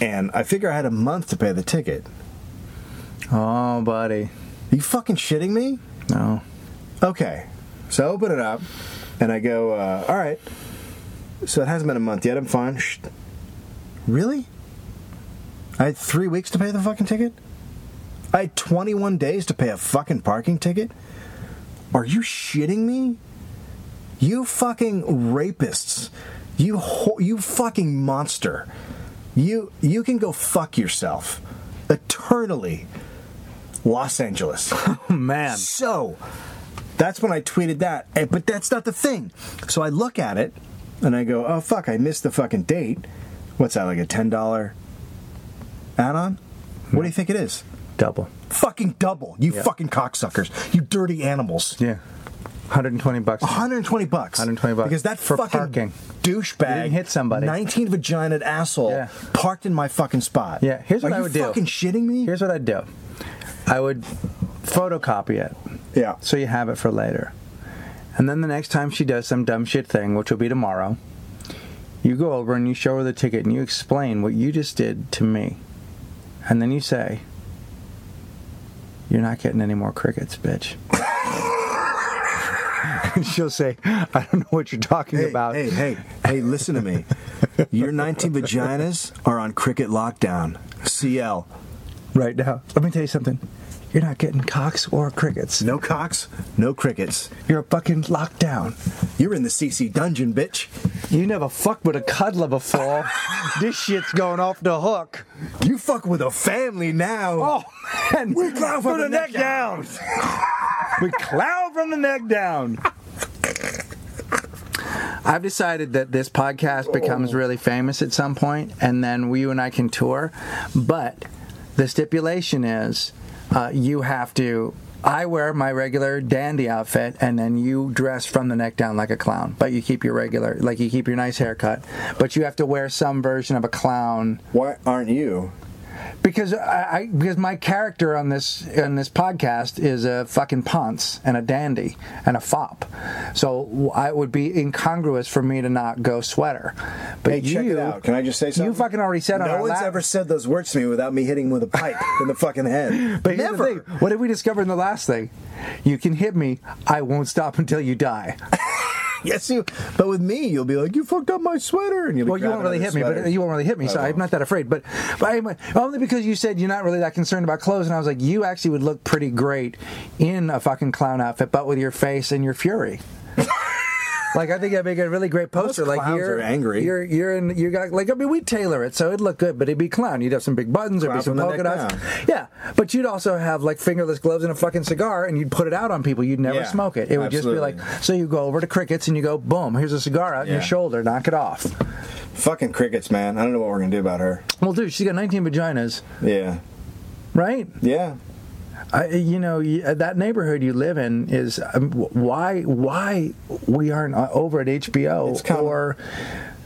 and I figure I had a month to pay the ticket. Oh, buddy. Are you fucking shitting me? No. Okay. So I open it up and I go, uh, all right. So it hasn't been a month yet. I'm fine. Shh. Really? I had three weeks to pay the fucking ticket? I had 21 days to pay a fucking parking ticket? Are you shitting me? You fucking rapists. You ho- you fucking monster. You you can go fuck yourself. Eternally. Los Angeles. Man. So that's when I tweeted that. Eh, But that's not the thing. So I look at it and I go, oh, fuck, I missed the fucking date. What's that, like a $10 add on? What do you think it is? Double. Fucking double, you Yeah. fucking cocksuckers, you dirty animals. Yeah. 120 bucks. 120 bucks. 120 bucks. Because that For fucking parking. douchebag You didn't hit somebody. 19 vaginaed asshole Yeah. parked in my fucking spot. Yeah, here's what Are I you would do. fucking shitting me? Here's what I'd do. I would photocopy it yeah. so you have it for later. And then the next time she does some dumb shit thing, which will be tomorrow, you go over and you show her the ticket and you explain what you just did to me. And then you say, You're not getting any more crickets, bitch. and she'll say, I don't know what you're talking hey, about. Hey, hey, hey, listen to me. Your 19 vaginas are on cricket lockdown. CL. Right now. Let me tell you something. You're not getting cocks or crickets. No cocks, no crickets. You're fucking locked down. You're in the CC dungeon, bitch. You never fucked with a cuddler before. this shit's going off the hook. You fuck with a family now. Oh man, We clown from Put the a neck down. we clown from the neck down. I've decided that this podcast becomes really famous at some point, and then we, you and I can tour. But the stipulation is, uh, you have to. I wear my regular dandy outfit, and then you dress from the neck down like a clown. But you keep your regular, like you keep your nice haircut. But you have to wear some version of a clown Why aren't you? because I, I because my character on this on this podcast is a fucking ponce and a dandy and a fop, so I it would be incongruous for me to not go sweater. But Hey, you, check it out. Can I just say something? You fucking already said no on our one's la- ever said those words to me without me hitting with a pipe in the fucking head. But here's the never. thing. What did we discover in the last thing? You can hit me. I won't stop until you die. Yes, you. But with me, you'll be like, "You fucked up my sweater," and you'll be. Well, you won't grabbing really hit another me, sweater. but you won't really hit me, so I'm not that afraid. But, but I'm, only because you said you're not really that concerned about clothes, and I was like, you actually would look pretty great in a fucking clown outfit, but with your face and your fury. Like I think that'd make a really great poster. like clowns you're are angry. You're you're in you got like I mean we tailor it so it'd look good, but it'd be clown. You'd have some big buttons, there'd be Clown some from the polka neck dots. down. Yeah. But you'd also have like fingerless gloves and a fucking cigar and you'd put it out on people. You'd never Yeah, smoke it. It would just be absolutely. like so you go over to crickets and you go, boom, here's a cigar out in your Yeah. shoulder, knock it off. Fucking crickets, man. I don't know what we're gonna do about her. Well dude, she's got nineteen vaginas, Yeah. right? Yeah. I, you know y- uh, that neighborhood you live in is um, wh- why why we aren't uh, over at HBO It's kind of- or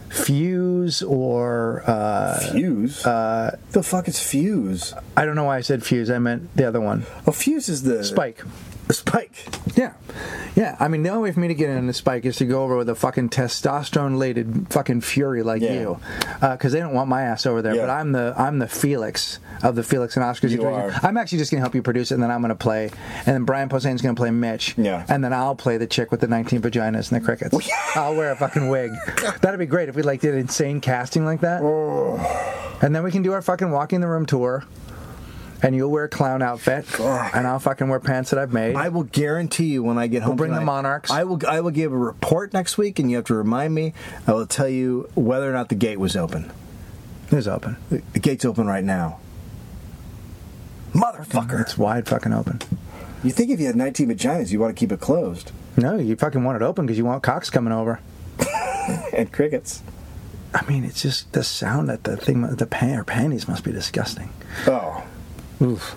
Fuse or uh, Fuse. Uh, the fuck is fuse? I don't know why I said Fuse. I meant the other one, Oh, fuse is the Spike. Spike. Yeah, yeah. I mean, the only way for me to get into Spike is to go over with a fucking testosterone-laden fucking fury like Yeah. you, because they don't want my ass over there. Yeah. But I'm the I'm the Felix of the Felix and Oscar You situation. are. I'm actually just gonna help you produce it, and then I'm gonna play, and then Brian Posehn's gonna play Mitch, Yeah. and then I'll play the chick with the 19 vaginas and the crickets. I'll wear a fucking wig. That'd be great if we like did insane casting like that, and then we can do our fucking walking the room tour. And you'll wear a clown outfit, and I'll fucking wear pants that I've made. I will guarantee you when I get home. bring the tonight, Monarchs. I will. I will give a report next week, and you have to remind me. I will tell you whether or not the gate was open. It's open. The the gate's open right now. Motherfucker! It's wide fucking open. You think if you had 19 vaginas, you want to keep it closed? No, you fucking want it open because you want cocks coming over. And crickets. I mean, it's just the sound that the thing, the pan, her panties must be disgusting. Oh, Oof.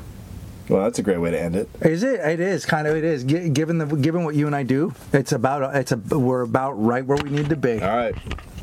well, that's a great way to end it. Is it? It is kind of. It is. Gi- Given the given what you and I do, it's about. It's a. We're about right where we need to be. All right.